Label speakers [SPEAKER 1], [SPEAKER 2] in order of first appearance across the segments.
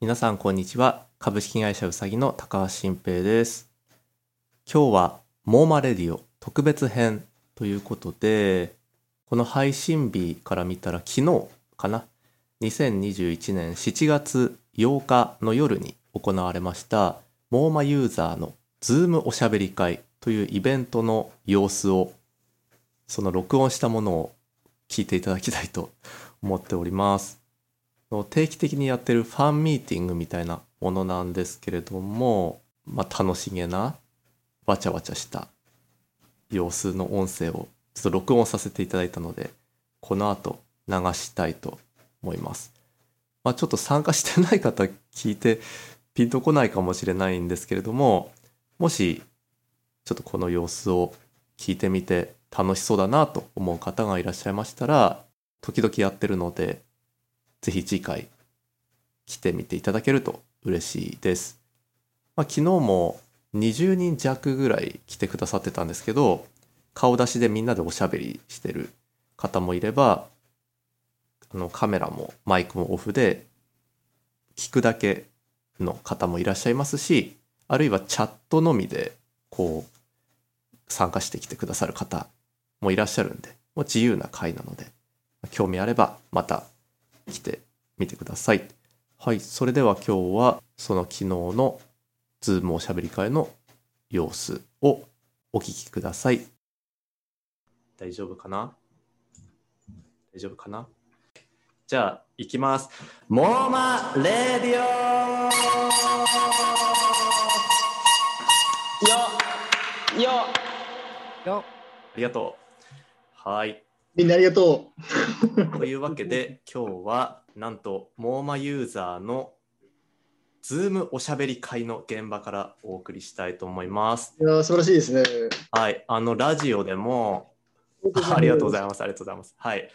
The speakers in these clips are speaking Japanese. [SPEAKER 1] 皆さんこんにちは株式会社うさぎの高橋新平です今日はモーマレディオ特別編ということでこの配信日から見たら昨日かな2021年7月8日の夜に行われましたモーマユーザーのズームおしゃべり会というイベントの様子をその録音したものを聞いていただきたいと思っておりますの定期的にやってるファンミーティングみたいなものなんですけれども、まあ、楽しげなわちゃわちゃした様子の音声をちょっと録音させていただいたのでこの後流したいと思います、まあ、ちょっと参加してない方聞いてピンとこないかもしれないんですけれどももしちょっとこの様子を聞いてみて楽しそうだなと思う方がいらっしゃいましたら時々やってるのでぜひ次回来てみていただけると嬉しいです。まあ、昨日も20人弱ぐらい来てくださってたんですけど、顔出しでみんなでおしゃべりしてる方もいれば、あのカメラもマイクもオフで聞くだけの方もいらっしゃいますし、あるいはチャットのみでこう参加してきてくださる方もいらっしゃるんで、もう自由な会なので、興味あればまた来てみてください。はい、それでは今日はその昨日のズームおしゃべり会の様子をお聞きください。大丈夫かな大丈夫かなじゃあ行きます。モーマレディオ
[SPEAKER 2] よよよ
[SPEAKER 1] ありがとう。はい。
[SPEAKER 3] みんなありがと
[SPEAKER 1] というわけで今日はなんとモーマユーザーのズームおしゃべり会の現場からお送りしたいと思います。
[SPEAKER 3] う。いやー素晴らしいですね。
[SPEAKER 1] はい、あのラジオでもありがとうございます。ありがとうございます。はい、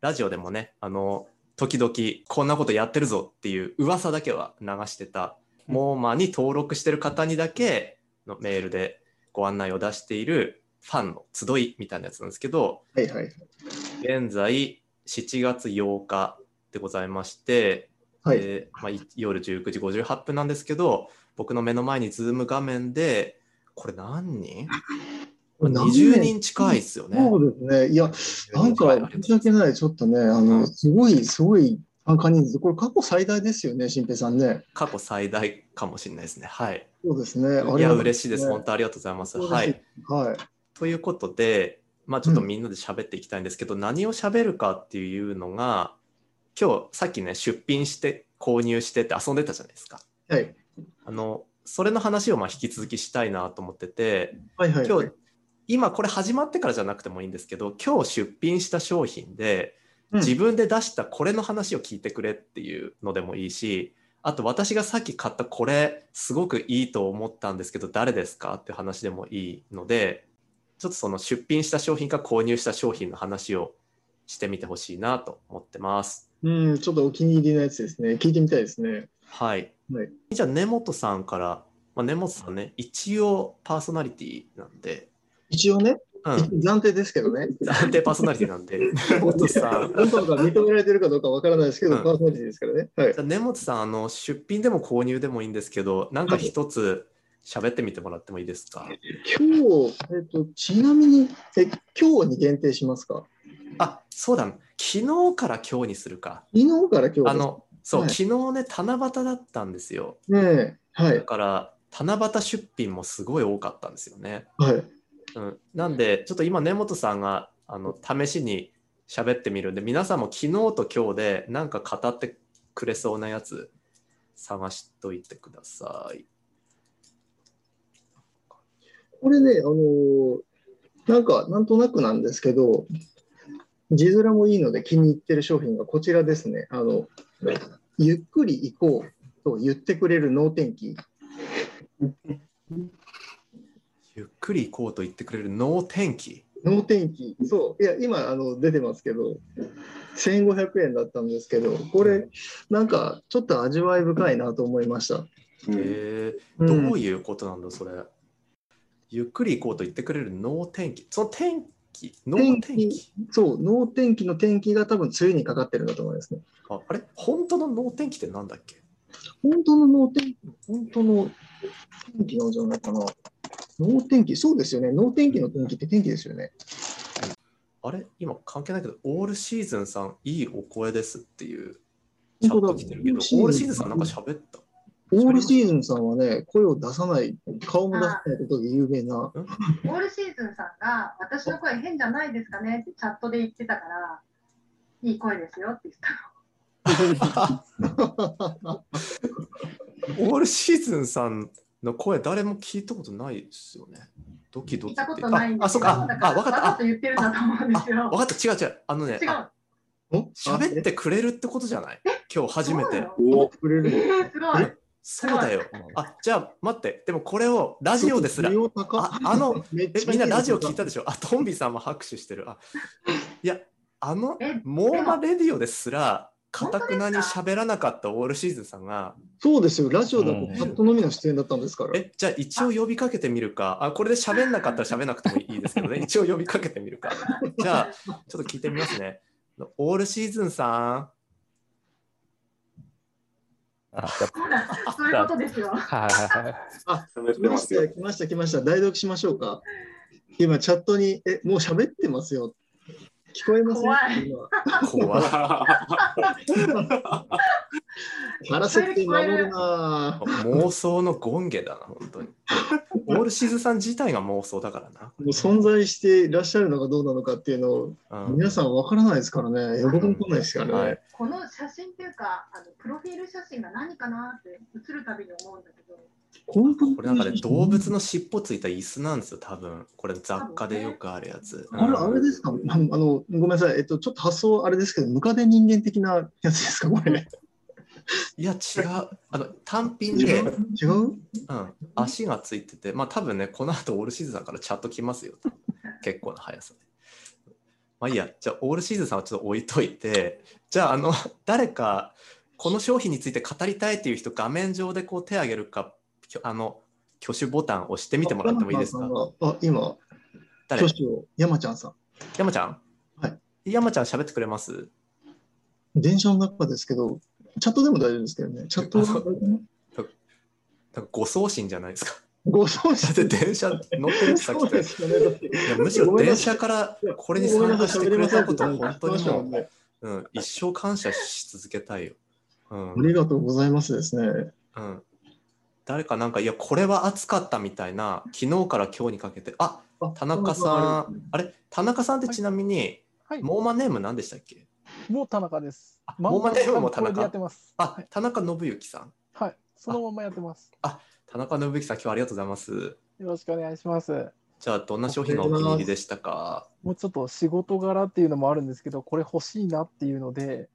[SPEAKER 1] ラジオでもね、あの時々こんなことやってるぞっていう噂だけは流してたモーマに登録してる方にだけのメールでご案内を出しているファンの集いみたいなやつなんですけど、
[SPEAKER 3] はいはい。
[SPEAKER 1] 現在7月8日でございまして、
[SPEAKER 3] はい。
[SPEAKER 1] でまあ、い夜19時58分なんですけど僕の目の前にズーム画面でこれ何人 ?20 人近いですよね。
[SPEAKER 3] そうですね。いや、なんか申し訳ない。ちょっとね、あ
[SPEAKER 1] うん
[SPEAKER 3] の、すごい、すごい参加人数。これ過去最大ですよね、新平さんね。
[SPEAKER 1] 過去最大かもしれないですね。はい。
[SPEAKER 3] そうですね。
[SPEAKER 1] いや、嬉しいです。
[SPEAKER 3] は
[SPEAKER 1] 本当ありがとうございます。
[SPEAKER 3] 嬉しい
[SPEAKER 1] はい。
[SPEAKER 3] はい。
[SPEAKER 1] ということで、まあ、ちょっとみんなで喋っていきたいんですけど、何を喋るかっていうのが今日さっきね出品して購入してって遊んでたじゃないですか。
[SPEAKER 3] はい。
[SPEAKER 1] あのそれの話をまあ引き続きしたいなと思ってて
[SPEAKER 3] はいはい。
[SPEAKER 1] 今日今これ始まってからじゃなくてもいいんですけど今日出品した商品で
[SPEAKER 3] うん
[SPEAKER 1] 自分で出したこれの話を聞いてくれっていうのでもいいしあと私がさっき買ったこれすごくいいと思ったんですけど誰ですかっていう話でもいいのでちょっとその出品した商品か購入した商品の話をしてみてほしいなと思ってます。
[SPEAKER 3] うん、ちょっとお気に入りのやつですね。聞いてみたいですね。
[SPEAKER 1] はい、
[SPEAKER 3] はい
[SPEAKER 1] じゃあ根本さんから、まあ、根本さんね一応パーソナリティなんで、
[SPEAKER 3] 一応ね、
[SPEAKER 1] うん、
[SPEAKER 3] 暫定ですけどね。
[SPEAKER 1] 暫定パーソナリティなん で根本さん
[SPEAKER 3] 本当か認められてるかどうかわからないですけど、
[SPEAKER 1] うん
[SPEAKER 3] パーソナリティですからね。はい
[SPEAKER 1] じ。ゃあ根本さんあの出品でも購入でもいいんですけどなんか一つ喋ってみてもらってもいいですか
[SPEAKER 3] 今日、えっと、ちなみに、え、今日に限定しますか
[SPEAKER 1] あそうだ昨日から今日にするか
[SPEAKER 3] 昨日から今日です
[SPEAKER 1] あのそう、
[SPEAKER 3] はい
[SPEAKER 1] 昨日ね七夕だったんですよ
[SPEAKER 3] ねえ、は
[SPEAKER 1] だ
[SPEAKER 3] い、
[SPEAKER 1] から七夕出品もすごい多かったんですよね、
[SPEAKER 3] はい、
[SPEAKER 1] うん、なんでちょっと今根本さんがあの試しに喋ってみるんで皆さんも昨日と今日でなんか語ってくれそうなやつ探しといてください
[SPEAKER 3] これね、あのーなんか、なんとなくなんですけど、字面もいいので気に入ってる商品がこちらですね。あの、ゆっくり行こうと言ってくれる脳天気。
[SPEAKER 1] ゆっくり行こうと言ってくれる能天気
[SPEAKER 3] 脳天気。そう。いや、今、あの、出てますけど、1500円だったんですけど、これ、なんか、ちょっと味わい深いなと思いました。
[SPEAKER 1] へえ
[SPEAKER 3] うん
[SPEAKER 1] どういうことなんだそれ、ゆっくり行こうと言ってくれる能天気その天気能天気
[SPEAKER 3] 天そう、脳天気の天気が多分、梅雨にかかってるんだと思いますね。
[SPEAKER 1] ああれ本当の能天気ってなんだっけ
[SPEAKER 3] 本当の脳天気、本当の天気なんじゃないかな。脳天気、そうですよね。脳天気の天気って天気ですよね。
[SPEAKER 1] あれ今関係ないけど、オールシーズンさん、いいお声ですっていうチャッ
[SPEAKER 3] 本当だ
[SPEAKER 1] ト来てるけど、
[SPEAKER 3] オールシ
[SPEAKER 1] オールシーズ
[SPEAKER 3] ーズン
[SPEAKER 1] ンさんなんか喋った。
[SPEAKER 3] オールシーズンさんはね、声を出さない、顔も出さないことで有 名な。
[SPEAKER 4] オールシーズンさんが、私の声変じゃないですかねってチャットで言ってたから、いい声ですよって言ったの。
[SPEAKER 1] オールシーズンさんの声、誰も聞いたことないですよね。ドキドキっ
[SPEAKER 4] 聞
[SPEAKER 1] て。
[SPEAKER 4] いたことないん
[SPEAKER 1] あ、あ
[SPEAKER 4] で
[SPEAKER 1] そ
[SPEAKER 4] す
[SPEAKER 1] う
[SPEAKER 4] よ。
[SPEAKER 1] か。
[SPEAKER 4] だ
[SPEAKER 1] あ、
[SPEAKER 4] か
[SPEAKER 1] あわかっ
[SPEAKER 4] わざ
[SPEAKER 1] た。
[SPEAKER 4] と言ってるんだと思うんです
[SPEAKER 1] あ
[SPEAKER 4] よ。
[SPEAKER 1] わかった。違う違う。あのね、
[SPEAKER 4] 違
[SPEAKER 1] あ
[SPEAKER 4] う。
[SPEAKER 1] 喋ってくれるってことじゃない今日初めて。
[SPEAKER 3] おくれる。
[SPEAKER 4] えー、すごい。
[SPEAKER 1] そうだよ。あ、じゃあ待って。でもこれをラジオですら
[SPEAKER 3] 需。要高
[SPEAKER 1] ああの、
[SPEAKER 3] めっ
[SPEAKER 1] え
[SPEAKER 3] ちゃ
[SPEAKER 1] みんなラジオ聞い
[SPEAKER 3] た。
[SPEAKER 1] た でしょあ、トンビさんも拍手してる。あいや、あの、
[SPEAKER 4] え、
[SPEAKER 1] モーマレディオですら、かたくなに
[SPEAKER 4] 本当です
[SPEAKER 1] 喋らなかったオールシーズンさんが、
[SPEAKER 3] そうですよ。ラジオだ
[SPEAKER 5] う
[SPEAKER 3] と
[SPEAKER 5] ん
[SPEAKER 3] チャットのみの出演だったんですから。
[SPEAKER 1] え、じゃあ一応呼びかけてみるか、あ、これで喋んなかったら喋んなくてもいいですけ どね、一応呼びかけてみるか。じゃあ、ちょっと聞いてみますね。オールシーズンさ
[SPEAKER 5] あ、やっ
[SPEAKER 4] ほら、そういうことですよ。
[SPEAKER 5] ぱはいはいはい。
[SPEAKER 6] 喋っ
[SPEAKER 3] 来
[SPEAKER 6] て
[SPEAKER 3] ま
[SPEAKER 6] ま
[SPEAKER 3] し
[SPEAKER 6] す
[SPEAKER 3] た
[SPEAKER 6] よ
[SPEAKER 3] よ、。来ました、来ました。代読しましょうか。今、チャットに、え、もう喋ってますよ。聞こえません
[SPEAKER 4] 怖
[SPEAKER 3] 今
[SPEAKER 1] ん、怖い。
[SPEAKER 3] 腹設定守るなぁ
[SPEAKER 1] 妄想の権下だな、本当に。オールシーズンさん自体が妄想だから
[SPEAKER 3] もう存在していらっしゃるのかどうなのかっていうのを、
[SPEAKER 1] な。うん
[SPEAKER 3] 皆さんわからないですからね。予告も来ないですから
[SPEAKER 1] は
[SPEAKER 3] ね
[SPEAKER 1] い。
[SPEAKER 4] この写真っていうか、あのプロフィール写真が何かなって映るたびに思うんだ けど、
[SPEAKER 3] 本当に
[SPEAKER 1] これなんかね、動物の尻尾ついた椅子なんですよ、多分。これ雑貨でよくあるやつ。
[SPEAKER 3] あれ、あれですかああの、ごめんなさい。えっと、ちょっと発想あれですけど、ムカデ人間的なやつですかこ れ。
[SPEAKER 1] いや、違う。あの、単品
[SPEAKER 3] 違
[SPEAKER 1] で、
[SPEAKER 3] う違う
[SPEAKER 1] うん、足がついてて、まあ多分ね、この後オールシーズンさんからチャット来ますよ。結構な速さで。まあいいや、じゃあオールシーズンさんはちょっと置いといて、じゃあ、あの、誰か、この商品について語りたいっていう人、画面上でこう手挙げるか、きょあの、挙手ボタン押してみてもらってもいいですか
[SPEAKER 3] あ、今、
[SPEAKER 1] 誰
[SPEAKER 3] 挙手を、山ちゃんさん。
[SPEAKER 1] 山ちゃん
[SPEAKER 3] は
[SPEAKER 1] 山ちゃん喋ってくれます
[SPEAKER 3] 電車の中ですけど、チャットでも大丈夫ですけどね。チャ ットは
[SPEAKER 1] なんかご送信じゃないですか。
[SPEAKER 3] ご送
[SPEAKER 1] だ
[SPEAKER 3] 信
[SPEAKER 1] って電車乗ってるしさっ
[SPEAKER 3] そ
[SPEAKER 1] き
[SPEAKER 3] う
[SPEAKER 1] と
[SPEAKER 3] で
[SPEAKER 1] い
[SPEAKER 3] すよね。だって
[SPEAKER 1] やむしろ電車からこれに参加してくれたことを本当にもう、
[SPEAKER 3] ね。
[SPEAKER 1] うん、一生感謝し続けたいよ。うん
[SPEAKER 3] ありがとうございますですね。
[SPEAKER 1] うん、誰かなんか、いや、これは暑かったみたいな、昨日から今日にかけて、あ
[SPEAKER 3] あ
[SPEAKER 1] 田中さん、あれ、田中さんってちなみに、
[SPEAKER 7] はい、
[SPEAKER 1] モーマネーム何でしたっけ
[SPEAKER 7] もう田中です。
[SPEAKER 1] あもう田中も田中
[SPEAKER 7] これでやってます。
[SPEAKER 1] あ、田中信之さん。
[SPEAKER 7] はい、そのままやってます。
[SPEAKER 1] 田中信之さん、今日はありがとうございます。
[SPEAKER 7] よろしくお願いします。
[SPEAKER 1] じゃあ、どんな商品がお気に入りでしたか
[SPEAKER 7] もうちょっと仕事柄っていうのもあるんですけど、これ欲しいなっていうので、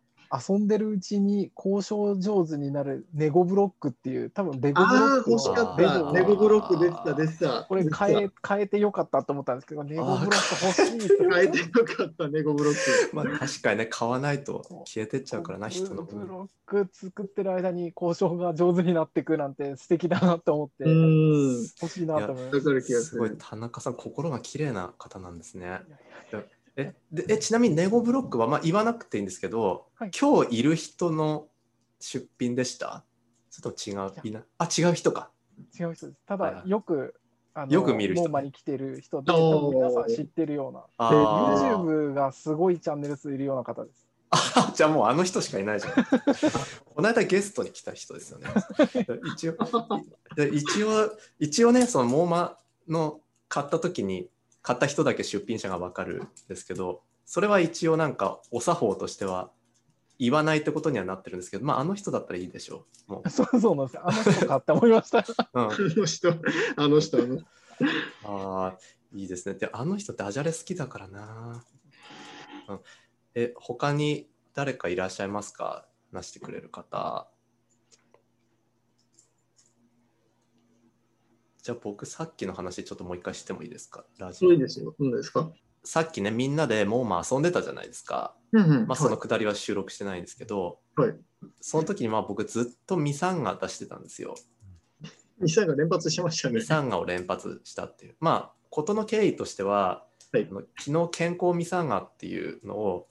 [SPEAKER 7] 遊んでるうちに交渉上手になるネゴブロックっていう、多分レゴブロ
[SPEAKER 3] あ
[SPEAKER 7] ッ
[SPEAKER 3] あ、欲
[SPEAKER 7] クの
[SPEAKER 3] しかっ
[SPEAKER 7] レゴ
[SPEAKER 3] た。
[SPEAKER 7] の
[SPEAKER 3] ネゴブロック出てた、出てた。
[SPEAKER 7] これ変
[SPEAKER 3] え。
[SPEAKER 7] え変えてよかったと思ったんですけど、ネゴブロック欲しいって
[SPEAKER 3] 変えてよかった、ネゴブロック。
[SPEAKER 1] まあ確かにね、買わないと消えてっちゃうからな、人の
[SPEAKER 7] ブ
[SPEAKER 1] 分。
[SPEAKER 7] ロック作ってる間に交渉が上手になっていくなんて素敵だなと思って、
[SPEAKER 3] うーん。
[SPEAKER 7] 欲しいなと思います
[SPEAKER 3] わ。かる気がす
[SPEAKER 1] すごい、
[SPEAKER 3] る。
[SPEAKER 1] 田中さん、心が綺麗な方なんですね。え、でえちなみにネゴブロックは、まあ、言わなくていいんですけど、
[SPEAKER 7] はい
[SPEAKER 1] 今日いる人の出品でしたちょっと違う、いなあ、違う人か。
[SPEAKER 7] 違う人です。ただ、
[SPEAKER 1] はいはい
[SPEAKER 7] よく、あの
[SPEAKER 1] よく見る人
[SPEAKER 7] モーマに来てる人で、
[SPEAKER 3] おー
[SPEAKER 7] 多分皆さん知ってるような。
[SPEAKER 1] あー
[SPEAKER 7] YouTube がすごいチャンネル数いるような方です。
[SPEAKER 1] あ、じゃあもうあの人しかいないじゃん。 この間ゲストに来た人ですよね。 一応、で一応、一応ね、そのモーマの買った時に、買った人だけ出品者がわかるんですけど、それは一応なんかお作法としては言わないってことにはなってるんですけど、まああの人だったらいいでしょう。も
[SPEAKER 7] そうそうなんですよ。あの人かって思いました。
[SPEAKER 1] う。うん、あ
[SPEAKER 3] あの人、あの人、あの人
[SPEAKER 1] あー、いいですね。で、あの人ダジャレ好きだからな。うん、え、他に誰かいらっしゃいますか話してくれる方。じゃあ僕さっきの話ちょっともう一回してもいいですかラジオ
[SPEAKER 3] いいですよ。いいですか
[SPEAKER 1] さっきねみんなでモーマ遊んでたじゃないですか、
[SPEAKER 3] うんうん。
[SPEAKER 1] まあ、そのくだりは収録してないんですけど、
[SPEAKER 3] はい
[SPEAKER 1] その時にまあ僕ずっとミサンガ出してたんですよ
[SPEAKER 3] ミサイが連発しましたね
[SPEAKER 1] ミ。サンガを連発したっていうまあ事の経緯としては、
[SPEAKER 3] はい
[SPEAKER 1] あの昨日健康ミサンガっていうのを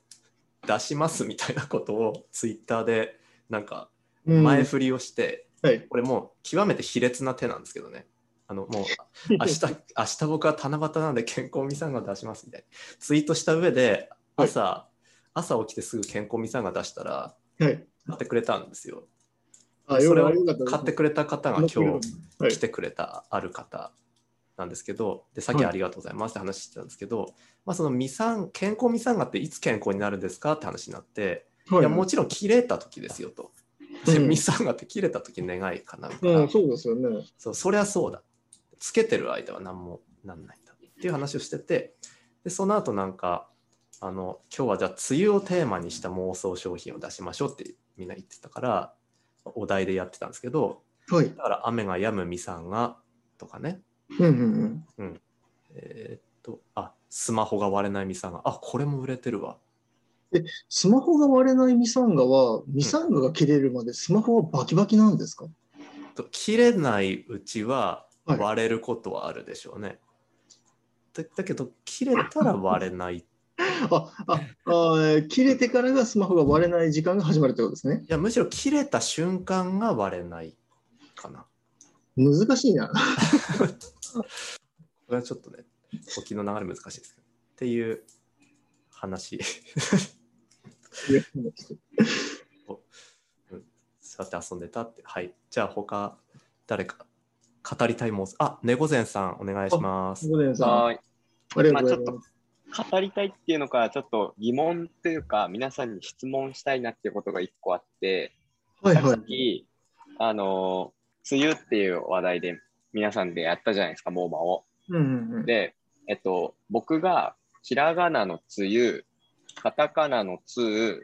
[SPEAKER 1] 出しますみたいなことをツイッターでなんか
[SPEAKER 3] うん
[SPEAKER 1] 前振りをして、
[SPEAKER 3] はい
[SPEAKER 1] これもう極めて卑劣な手なんですけどね。あの もう明日明日僕は七夕なんで健康ミサンガ出しますみたいなツイートした上で
[SPEAKER 3] はい
[SPEAKER 1] 朝、朝起きてすぐ健康ミサンガ出したら
[SPEAKER 3] はい。
[SPEAKER 1] 買ってくれたんですよ。
[SPEAKER 3] あ、
[SPEAKER 1] そ
[SPEAKER 3] よ
[SPEAKER 1] れを
[SPEAKER 3] かったよかったです。
[SPEAKER 1] 買ってくれた方が
[SPEAKER 3] 乗
[SPEAKER 1] 今
[SPEAKER 3] ってくれた
[SPEAKER 1] 日
[SPEAKER 3] はい
[SPEAKER 1] 来てくれたある方なんですけど、でさっき
[SPEAKER 3] はい
[SPEAKER 1] ありがとうございますって話してたんですけど、まあ、そのミサン健康ミサンガっていつ健康になるんですかって話になって、
[SPEAKER 3] はい
[SPEAKER 1] い、やもちろん切れた時ですよと。で
[SPEAKER 3] う ん
[SPEAKER 1] ミサンガって切れた時願いかなみたいな、
[SPEAKER 3] うん、そうですよね。
[SPEAKER 1] そうそりゃそうだつけてる間は何もなんないんだっていう話をしててでその後なんかあの今日はじゃあ梅雨をテーマにした妄想商品を出しましょうってみんな言ってたからお題でやってたんですけど
[SPEAKER 3] はい。
[SPEAKER 1] だから雨が止むミサンガとかね
[SPEAKER 3] うんうん
[SPEAKER 1] えーっとあスマホが割れないミサンガあこれも売れてるわ
[SPEAKER 3] スマホが割れないミサンガは、ミサンガが切れるまでスマホはバキバキなんですか
[SPEAKER 1] と切れないうちは
[SPEAKER 3] はい
[SPEAKER 1] 割れることはあるでしょうね、だだけど切れたら割れない
[SPEAKER 3] あ、あ、あー切れてからがスマホが割れない時間が始まるということですね。
[SPEAKER 1] いやむしろ切れた瞬間が割れないかな。
[SPEAKER 3] 難しい な。
[SPEAKER 1] これはちょっとね、時の流れ難しいですけど。っていう話。 さて遊んでたって。はい。じゃあ他、誰か語りたいもん。あ、猫善さんお願いします。
[SPEAKER 3] ごめんなさ
[SPEAKER 6] はい
[SPEAKER 3] い。あり
[SPEAKER 6] ま
[SPEAKER 3] が
[SPEAKER 6] あ
[SPEAKER 3] とう
[SPEAKER 6] ち
[SPEAKER 3] ござ
[SPEAKER 6] ょっ
[SPEAKER 3] い
[SPEAKER 6] と
[SPEAKER 3] ます。
[SPEAKER 6] 語りたいっていうのか、ちょっと疑問というか、皆さんに質問したいなっていうことが一個あって、
[SPEAKER 3] はいは
[SPEAKER 6] さ
[SPEAKER 3] い
[SPEAKER 6] っ。き、あの、梅雨っていう話題で皆さんでやったじゃないですか、モーマを。
[SPEAKER 3] うんうんうん。
[SPEAKER 6] で、えっと、僕がひらがなの梅雨、カタカナの梅雨、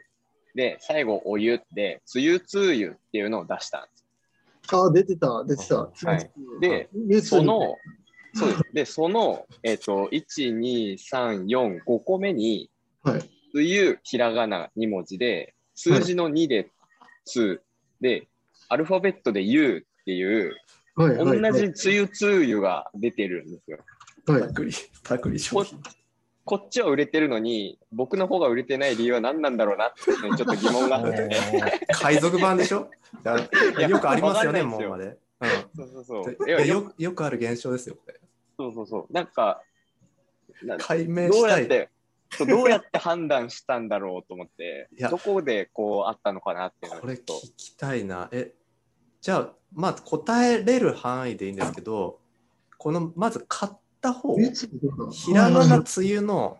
[SPEAKER 6] で、最後、お湯で、梅雨梅雨っていうのを出したんです。
[SPEAKER 3] あ、出てた、出てた。
[SPEAKER 6] はいで、
[SPEAKER 3] ニュース
[SPEAKER 6] そ
[SPEAKER 3] に
[SPEAKER 6] の、そうです。で、その、えっと、1、2、3、4、5個目に、
[SPEAKER 3] はい。
[SPEAKER 6] つゆひらがな2文字で、数字の2でつ、で、アルファベットでゆうっていう、
[SPEAKER 3] はい
[SPEAKER 6] 同
[SPEAKER 3] はい。
[SPEAKER 6] じつゆつゆが出てるんですよ。
[SPEAKER 3] はい。
[SPEAKER 1] パクリ、パクリ商品。
[SPEAKER 6] こっちは売れてるのに、僕の方が売れてない理由は何なんだろうなっていうのにちょっと疑問があって。
[SPEAKER 1] 海賊版でしょだ
[SPEAKER 6] いや
[SPEAKER 1] よくありますよね、も
[SPEAKER 6] わかん
[SPEAKER 1] うま
[SPEAKER 6] な
[SPEAKER 1] で。
[SPEAKER 6] そうそう
[SPEAKER 1] うん
[SPEAKER 6] そう。
[SPEAKER 1] で
[SPEAKER 6] いや
[SPEAKER 1] で
[SPEAKER 6] よ
[SPEAKER 1] よよくある現象ですよ、これ。
[SPEAKER 6] そうそうそう。なんか、な
[SPEAKER 1] 解明
[SPEAKER 6] ど
[SPEAKER 1] し
[SPEAKER 6] うや
[SPEAKER 1] た
[SPEAKER 6] っ
[SPEAKER 1] い。
[SPEAKER 6] て、そうどうやって判断したんだろうと思って
[SPEAKER 1] いや、
[SPEAKER 6] どこでこうあったのかなっていうの
[SPEAKER 1] こ
[SPEAKER 6] が
[SPEAKER 1] れ
[SPEAKER 6] ちょ
[SPEAKER 1] 聞
[SPEAKER 6] っと
[SPEAKER 1] きたいな。え、じゃあ、まあ、答えれる範囲でいいんですけど、この、まず買った方、
[SPEAKER 3] ニュースに出てた
[SPEAKER 1] ひらがな梅雨の、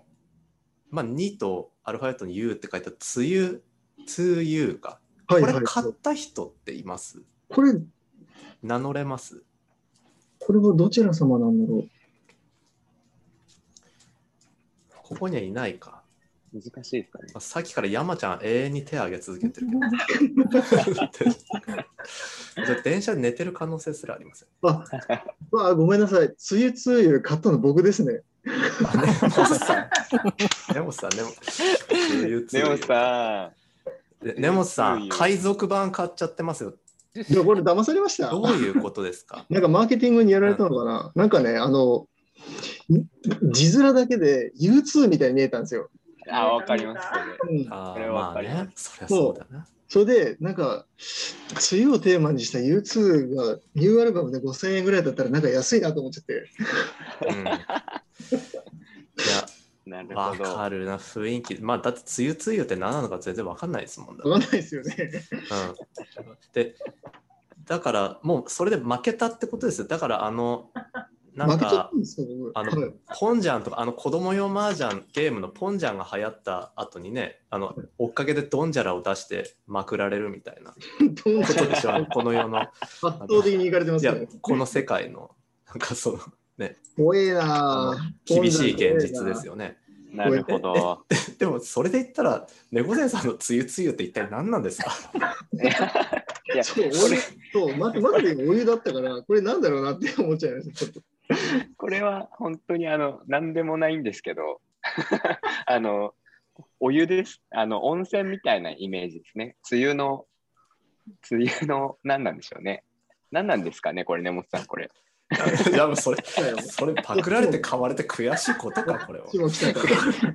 [SPEAKER 1] まあ、2とアルファベットに U って書いた梅雨、梅雨か。こ
[SPEAKER 3] はい
[SPEAKER 1] れ
[SPEAKER 3] はいはい。
[SPEAKER 1] 買った人っています
[SPEAKER 3] これ、
[SPEAKER 1] 名乗れます
[SPEAKER 3] これはどちら様なんだろう。
[SPEAKER 1] ここにはいないか。
[SPEAKER 6] 難しいですかね。
[SPEAKER 1] まあさっきから山ちゃん永遠に手挙げ続けてる けど。じゃあ電車で寝てる可能性すらありません。
[SPEAKER 3] あ、わあ、ごめんなさい。つゆつゆ買ったの僕ですね。
[SPEAKER 1] あ根本さん。根本さん、根本梅雨梅
[SPEAKER 6] ネ
[SPEAKER 1] 雨
[SPEAKER 6] オさん、
[SPEAKER 1] で根本さ
[SPEAKER 6] いい
[SPEAKER 1] ん、
[SPEAKER 6] よ
[SPEAKER 1] 海賊版買っちゃってますよ。
[SPEAKER 3] いや、これ騙されました。
[SPEAKER 1] どういうことですか
[SPEAKER 3] なんかマーケティングにやられたのかな。なんかね、あの、字面だけで U2 みたいに見えたんですよ。
[SPEAKER 6] あ、わかりますよね。
[SPEAKER 3] うん、
[SPEAKER 1] あ
[SPEAKER 6] これ
[SPEAKER 1] ー
[SPEAKER 6] は
[SPEAKER 1] ま
[SPEAKER 6] わ
[SPEAKER 1] あ
[SPEAKER 6] かります
[SPEAKER 1] ね、そりゃそうだな。
[SPEAKER 3] それで、なんか、梅雨をテーマにした U2 がニューアルバムで5000円ぐらいだったらなんか安いなと思っちゃって。
[SPEAKER 1] うん、い
[SPEAKER 6] なる
[SPEAKER 1] や、
[SPEAKER 6] ほ
[SPEAKER 1] わ
[SPEAKER 6] ど。
[SPEAKER 1] かるな、雰囲気。まあ、だって、梅雨梅雨って何なのか全然わかんないですもんだ。
[SPEAKER 3] わかんないですよね。
[SPEAKER 1] うん、で、だから、もうそれで負けたってことですよ。だから、あ の、なん
[SPEAKER 3] 負けちゃっ
[SPEAKER 1] か
[SPEAKER 3] た、んですよ、僕。
[SPEAKER 1] あの
[SPEAKER 3] はい
[SPEAKER 1] ポンジャンとか、あの子供用麻雀ゲームのポンジャンが流行った後にね、あの、追っかけでドンジャラを出してまくられるみたい な
[SPEAKER 3] どうなっ
[SPEAKER 1] こ
[SPEAKER 3] ちゃ
[SPEAKER 1] と
[SPEAKER 3] う
[SPEAKER 1] でしょ、あのこの世の。
[SPEAKER 3] 圧倒的にいかれてま
[SPEAKER 1] い
[SPEAKER 3] す
[SPEAKER 1] や
[SPEAKER 3] ね。、
[SPEAKER 1] この世界の、なんかその、
[SPEAKER 3] 怖え
[SPEAKER 1] あ
[SPEAKER 3] な
[SPEAKER 1] の
[SPEAKER 3] ぁ
[SPEAKER 1] 厳しい現実ですよね。
[SPEAKER 6] なるほど。
[SPEAKER 1] でもそれで言ったら、猫背さんのつゆつゆって一体何なんですか
[SPEAKER 6] いや、
[SPEAKER 3] そう、
[SPEAKER 6] こ
[SPEAKER 3] 俺
[SPEAKER 6] れ、
[SPEAKER 3] そう、まず、まずお湯だったから、これなんだろうなって思っちゃいました。ちょっと
[SPEAKER 6] これは本当にあの、なんでもないんですけど、 あの、お湯です。あの、温泉みたいなイメージですね。梅雨の、梅雨の、何なんでしょうね。何なんですかね、これね、もつさん、これ。
[SPEAKER 1] やばいそれ、 それパクられて買われて悔しいことか、これは。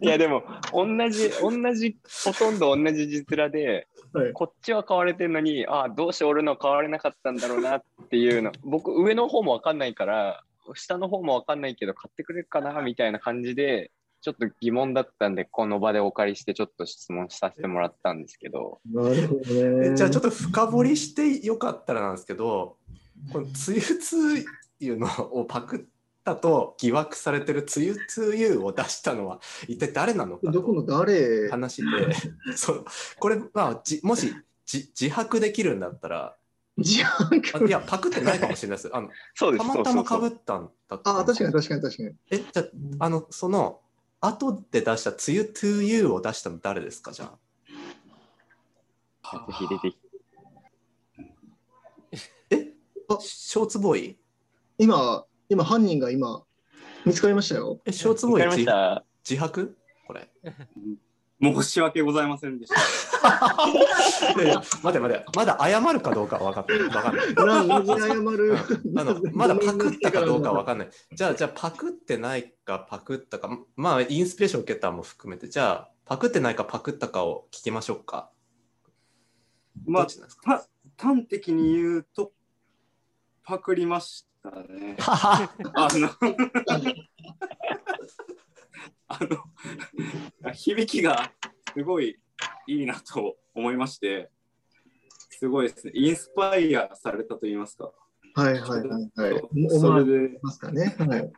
[SPEAKER 6] いやでも同じ同じほとんど同じ字面で、こっちは買われてるのにああどうして俺の買われなかったんだろうなっていうの僕上の方も分かんないから下の方も分かんないけど買ってくれるかなみたいな感じでちょっと疑問だったんでこの場でお借りしてちょっと質問させてもらったんですけど
[SPEAKER 1] えじゃあちょっと深掘りしてよかったらなんですけど、このつゆつゆのをパクったと疑惑されてるつゆつゆを出したのは一体誰なのか
[SPEAKER 3] どこの誰
[SPEAKER 1] 話で、そうこれ、まあ、じもしじ自白できるんだったら、
[SPEAKER 3] 自白
[SPEAKER 1] いや、パクってないかもしれないです。あの
[SPEAKER 6] そうです
[SPEAKER 1] たまたまかぶったんだった
[SPEAKER 3] ああ、確かに確かに確かに。
[SPEAKER 1] え、じゃあ、あの、その、後で出した、つゆ to you を出したの誰ですか、じゃ
[SPEAKER 6] あ。ぜひ出てき
[SPEAKER 1] えあ、ショーツボーイ
[SPEAKER 3] 今、今、犯人が今、見つかりましたよ。
[SPEAKER 1] え、ショーツボーイ
[SPEAKER 6] 見つかりました
[SPEAKER 1] 自白これ。
[SPEAKER 8] 申し訳ございませ んでした。
[SPEAKER 1] いやいや待て待て、まだ謝るかどうかは分かってる。分かんない。
[SPEAKER 3] なんで謝る
[SPEAKER 1] あ のまだパクったかどうかわかんない。じゃあ、じゃあパクってないかパクったか、まあ、インスピレーション受けたも含めて、じゃあ、パクってないかパクったかを聞きましょうか。
[SPEAKER 8] まあ、た端的に言うと、パクりました ね。 あの、あの、響きがすごいいいなと思いまして、すごいですね、インスパイアされたと言いますか、
[SPEAKER 3] はいはいはいはい。
[SPEAKER 8] それで
[SPEAKER 3] ますかね。はい。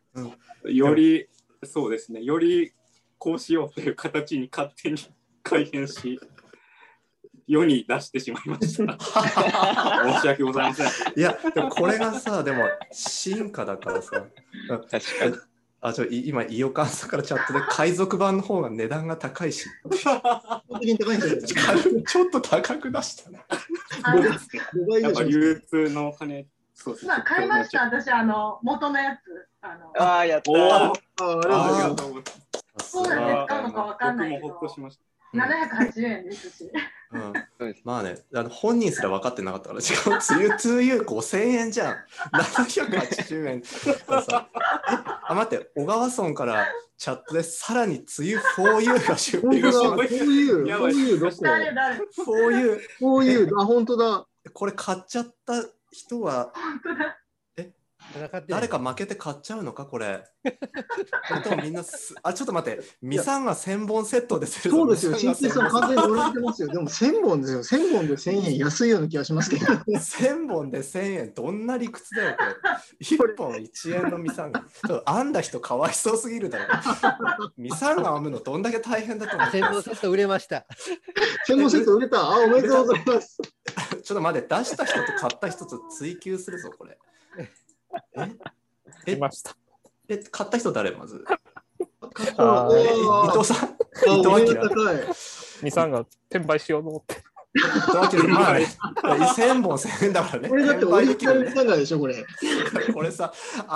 [SPEAKER 8] より、そうですね、よりこうしようという形に勝手に改変し、世に出してしまいました。申し訳ございませ ん。
[SPEAKER 1] いや、でもこれがさ、でも進化だからさ。確かに。あ、ちょ、い今、伊予監査からチャットで、海賊版の方が値段が高い し、ちょっと高く出したね。
[SPEAKER 8] やっぱ流通のお金、そうですね
[SPEAKER 4] 今買いました、私、あの、元のやつ。あの
[SPEAKER 6] ああ、やった
[SPEAKER 8] おー
[SPEAKER 6] あ
[SPEAKER 8] ありがとうございます。
[SPEAKER 4] そうなんです使うのかわかんないけど
[SPEAKER 8] 僕もほっとしました。
[SPEAKER 4] 780円ですし。
[SPEAKER 1] うん、まあね、あの本人すら分かってなかったから、しかも、つゆつゆ5000円じゃん。780円。さあ、待って、小川村からチャットで、さらにつゆ 4U が出品し
[SPEAKER 3] 本当
[SPEAKER 1] ま
[SPEAKER 3] だ、
[SPEAKER 1] す
[SPEAKER 3] こういう、
[SPEAKER 8] や
[SPEAKER 3] こ
[SPEAKER 8] ば
[SPEAKER 3] う
[SPEAKER 8] い
[SPEAKER 3] いうどこ
[SPEAKER 4] 誰誰
[SPEAKER 1] こういう、
[SPEAKER 3] こういう、あ、本当だ。
[SPEAKER 1] これ買っちゃった人は、誰か負けて買っちゃうのか、こ れ。それともみんなす、あ、ちょっと待って、ミサンが1000本セットです
[SPEAKER 3] そうですよ、
[SPEAKER 1] ミサンが
[SPEAKER 3] 新水さん完全に売られてますよ。でも1000本ですよ、1000本で1000円安いような気がしますけど。
[SPEAKER 1] 1000本で1000円、どんな理屈だ よ、これ。1本1円のミサンガ。ちょっと編んだ人かわいそうすぎるだろ。ミサンガ編むのどんだけ大変だと思
[SPEAKER 9] 専門セット売れました。
[SPEAKER 3] 1000本セット売れた。あ、おめでとうございます。
[SPEAKER 1] う。ちょっと待って、出した人と買った人と追求するぞ、これ。ええ
[SPEAKER 7] ました。
[SPEAKER 1] え、買った人誰まず
[SPEAKER 3] あ
[SPEAKER 1] え伊藤さん伊
[SPEAKER 3] おめ
[SPEAKER 1] 藤
[SPEAKER 3] で
[SPEAKER 1] 明
[SPEAKER 3] とう高い。
[SPEAKER 7] ミサンが転売しようと思って。
[SPEAKER 1] 伊 藤明まあね、1000本1000円だからね。
[SPEAKER 3] これだってオ
[SPEAKER 1] 転売
[SPEAKER 3] リ
[SPEAKER 1] で
[SPEAKER 3] ジ
[SPEAKER 1] き
[SPEAKER 3] ナ
[SPEAKER 1] る
[SPEAKER 3] ルサンガでしょ、これ。
[SPEAKER 1] これさ、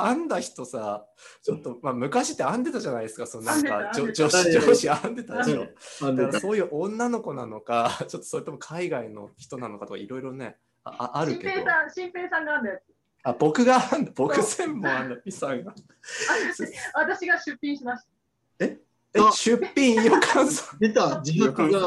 [SPEAKER 1] 編んだ人さ、ちょっと、まあ、昔って編んでたじゃないですか、そのなんか、
[SPEAKER 4] 編ん
[SPEAKER 1] 女女
[SPEAKER 4] で
[SPEAKER 1] 子、女
[SPEAKER 3] 編んでた
[SPEAKER 4] た
[SPEAKER 1] 子編んでたでしょ。だ
[SPEAKER 3] あの
[SPEAKER 1] からそういう女の子なのか、 ちょっとそれとも海外の人なのかとかいろいろね、ああある
[SPEAKER 4] 新
[SPEAKER 1] けど
[SPEAKER 4] 平。さん、新平さんがあるんだよ。
[SPEAKER 1] あ、僕が、僕専門ある、ミサが。
[SPEAKER 4] 私が出品しました。
[SPEAKER 1] え、出品予感さん。
[SPEAKER 3] 出た、自白が、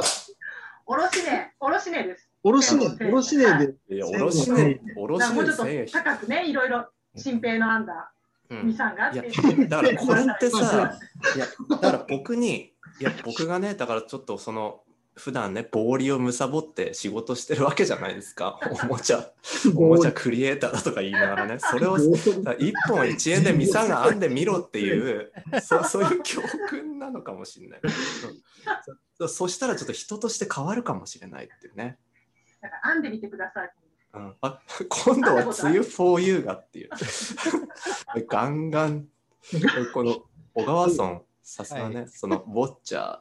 [SPEAKER 4] おろしね、おろしねです。
[SPEAKER 3] おろしね、おろしねで。
[SPEAKER 1] いや、おろしね、おろ
[SPEAKER 4] だ
[SPEAKER 1] し
[SPEAKER 4] からも
[SPEAKER 1] ね
[SPEAKER 4] うち
[SPEAKER 1] 1000
[SPEAKER 4] ょ
[SPEAKER 1] 円
[SPEAKER 4] っと。高くね、いろいろ、新平のアンダ
[SPEAKER 1] う
[SPEAKER 4] ー、
[SPEAKER 1] ん
[SPEAKER 4] ミサンがあっ
[SPEAKER 1] い
[SPEAKER 4] て
[SPEAKER 1] や。だからこれってさ、いやだから僕に、いや僕がね、だからちょっとその、普段ね、ボーリを貪って仕事してるわけじゃないですか、おもちゃ、おもちゃクリエイターだとか言いながらね、それをだから1本1円でミサが編んでみろっていう、そうそういう教訓なのかもしれない。そそしたらちょっと人として変わるかもしれないっていうね。
[SPEAKER 4] だから編んでみてください。
[SPEAKER 1] うんあ今度は梅雨 4U がっていう。 ガンガン、この小川村、さすがね、そのボッチャー。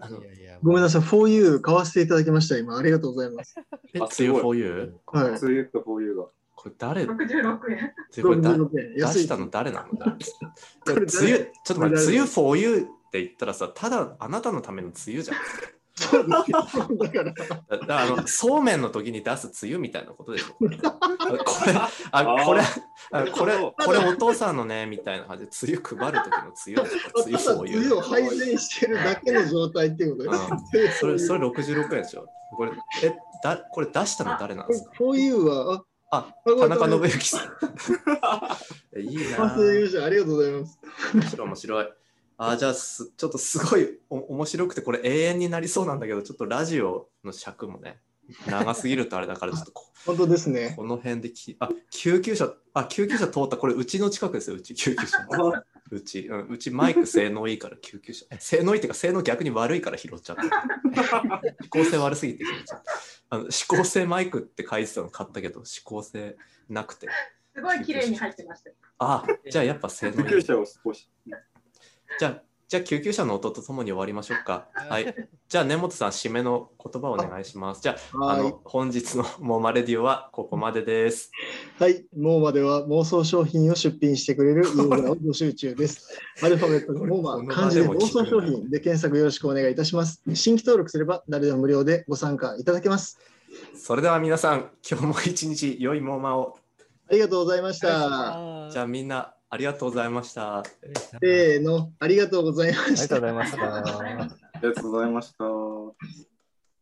[SPEAKER 1] あの
[SPEAKER 9] いやいや、
[SPEAKER 3] ごめんなさい、4U 買わせていただきました、今。ありがとうございます。
[SPEAKER 1] え梅
[SPEAKER 8] あ
[SPEAKER 1] 雨 4U?
[SPEAKER 3] はい。
[SPEAKER 8] そういうとこういうが。
[SPEAKER 1] これ誰こ
[SPEAKER 4] 66円。
[SPEAKER 1] れこれだ
[SPEAKER 3] 66円
[SPEAKER 1] 出
[SPEAKER 3] 安い
[SPEAKER 1] したの誰 なのだ
[SPEAKER 3] こ
[SPEAKER 1] 梅雨、
[SPEAKER 3] れ
[SPEAKER 1] ちょ
[SPEAKER 3] 誰
[SPEAKER 1] っと
[SPEAKER 3] これ
[SPEAKER 1] 待って、
[SPEAKER 3] 誰
[SPEAKER 1] 梅雨 4U って言ったらさ、ただあなたのための梅雨じゃん。
[SPEAKER 3] そうだけどだから、
[SPEAKER 1] だだ からあのそうめんの時に出す梅雨みたいなことでしょ。これあこれああこれ、これお父さんのね、みたいな感じで、つゆ配る時のつゆとか、つゆ
[SPEAKER 3] ただ
[SPEAKER 1] そういう。
[SPEAKER 3] 冬を配膳してるだけの状態っていうことです。
[SPEAKER 1] うんそれ、それ66円でしょ。これ、え、だ、これ出したの誰なんですか
[SPEAKER 3] こういうは、
[SPEAKER 1] あ、
[SPEAKER 3] あ
[SPEAKER 1] 田中信之さん。え いい
[SPEAKER 3] あ、
[SPEAKER 1] な
[SPEAKER 3] 忘れてました。ありがとうございます。
[SPEAKER 1] 面白い、面白い。あ、じゃあす、ちょっとすごいお面白くて、これ永遠になりそうなんだけど、ちょっとラジオの尺もね、長すぎるとあれだから、ちょっとこ
[SPEAKER 3] 本当ですね。
[SPEAKER 1] この辺でき、あ、救急車、あ、救急車通った。これ、うちの近くですよ、うち、救急 車。うち、うん、うちマイク性能いいから、救急車。え性能いいっていうか、性能逆に悪いから拾っちゃった。指向性悪すぎて拾っちゃった。あの、指向性マイクって書いてたの買ったけど、指向性なくて。
[SPEAKER 4] すごい綺麗に入ってましたよ。
[SPEAKER 1] あ、じゃあやっぱ性能
[SPEAKER 8] 救
[SPEAKER 1] い
[SPEAKER 8] 急
[SPEAKER 1] い。
[SPEAKER 8] 車を少し。
[SPEAKER 1] じゃあ、じゃあ救急車の音とともに終わりましょうか。はい。じゃあ根本さん、締めの言葉をお願いします。じゃあ、あ
[SPEAKER 3] はい
[SPEAKER 1] の、本日のモーマレディオはここまでです。
[SPEAKER 3] はい、モーマでは妄想商品を出品してくれるユーザーを募集 中です。アルファベットのモ
[SPEAKER 1] こ
[SPEAKER 3] ー
[SPEAKER 1] の
[SPEAKER 3] マ、
[SPEAKER 1] 場
[SPEAKER 3] 漢字で
[SPEAKER 1] でも
[SPEAKER 3] 妄
[SPEAKER 1] 聞く
[SPEAKER 3] 想
[SPEAKER 1] な
[SPEAKER 3] 商品で検索よろしくお願いいたします。新規登録すれば誰でも無料でご参加いただけます。
[SPEAKER 1] それでは皆さん、今日も一日良いモーマを。
[SPEAKER 3] ありがとうございました。
[SPEAKER 1] じゃあみんなありがとうございました。
[SPEAKER 3] せーの、ありがとうございま
[SPEAKER 7] あり
[SPEAKER 3] し
[SPEAKER 7] が
[SPEAKER 3] た
[SPEAKER 7] とうご。ざいました。
[SPEAKER 8] ありがとうございました。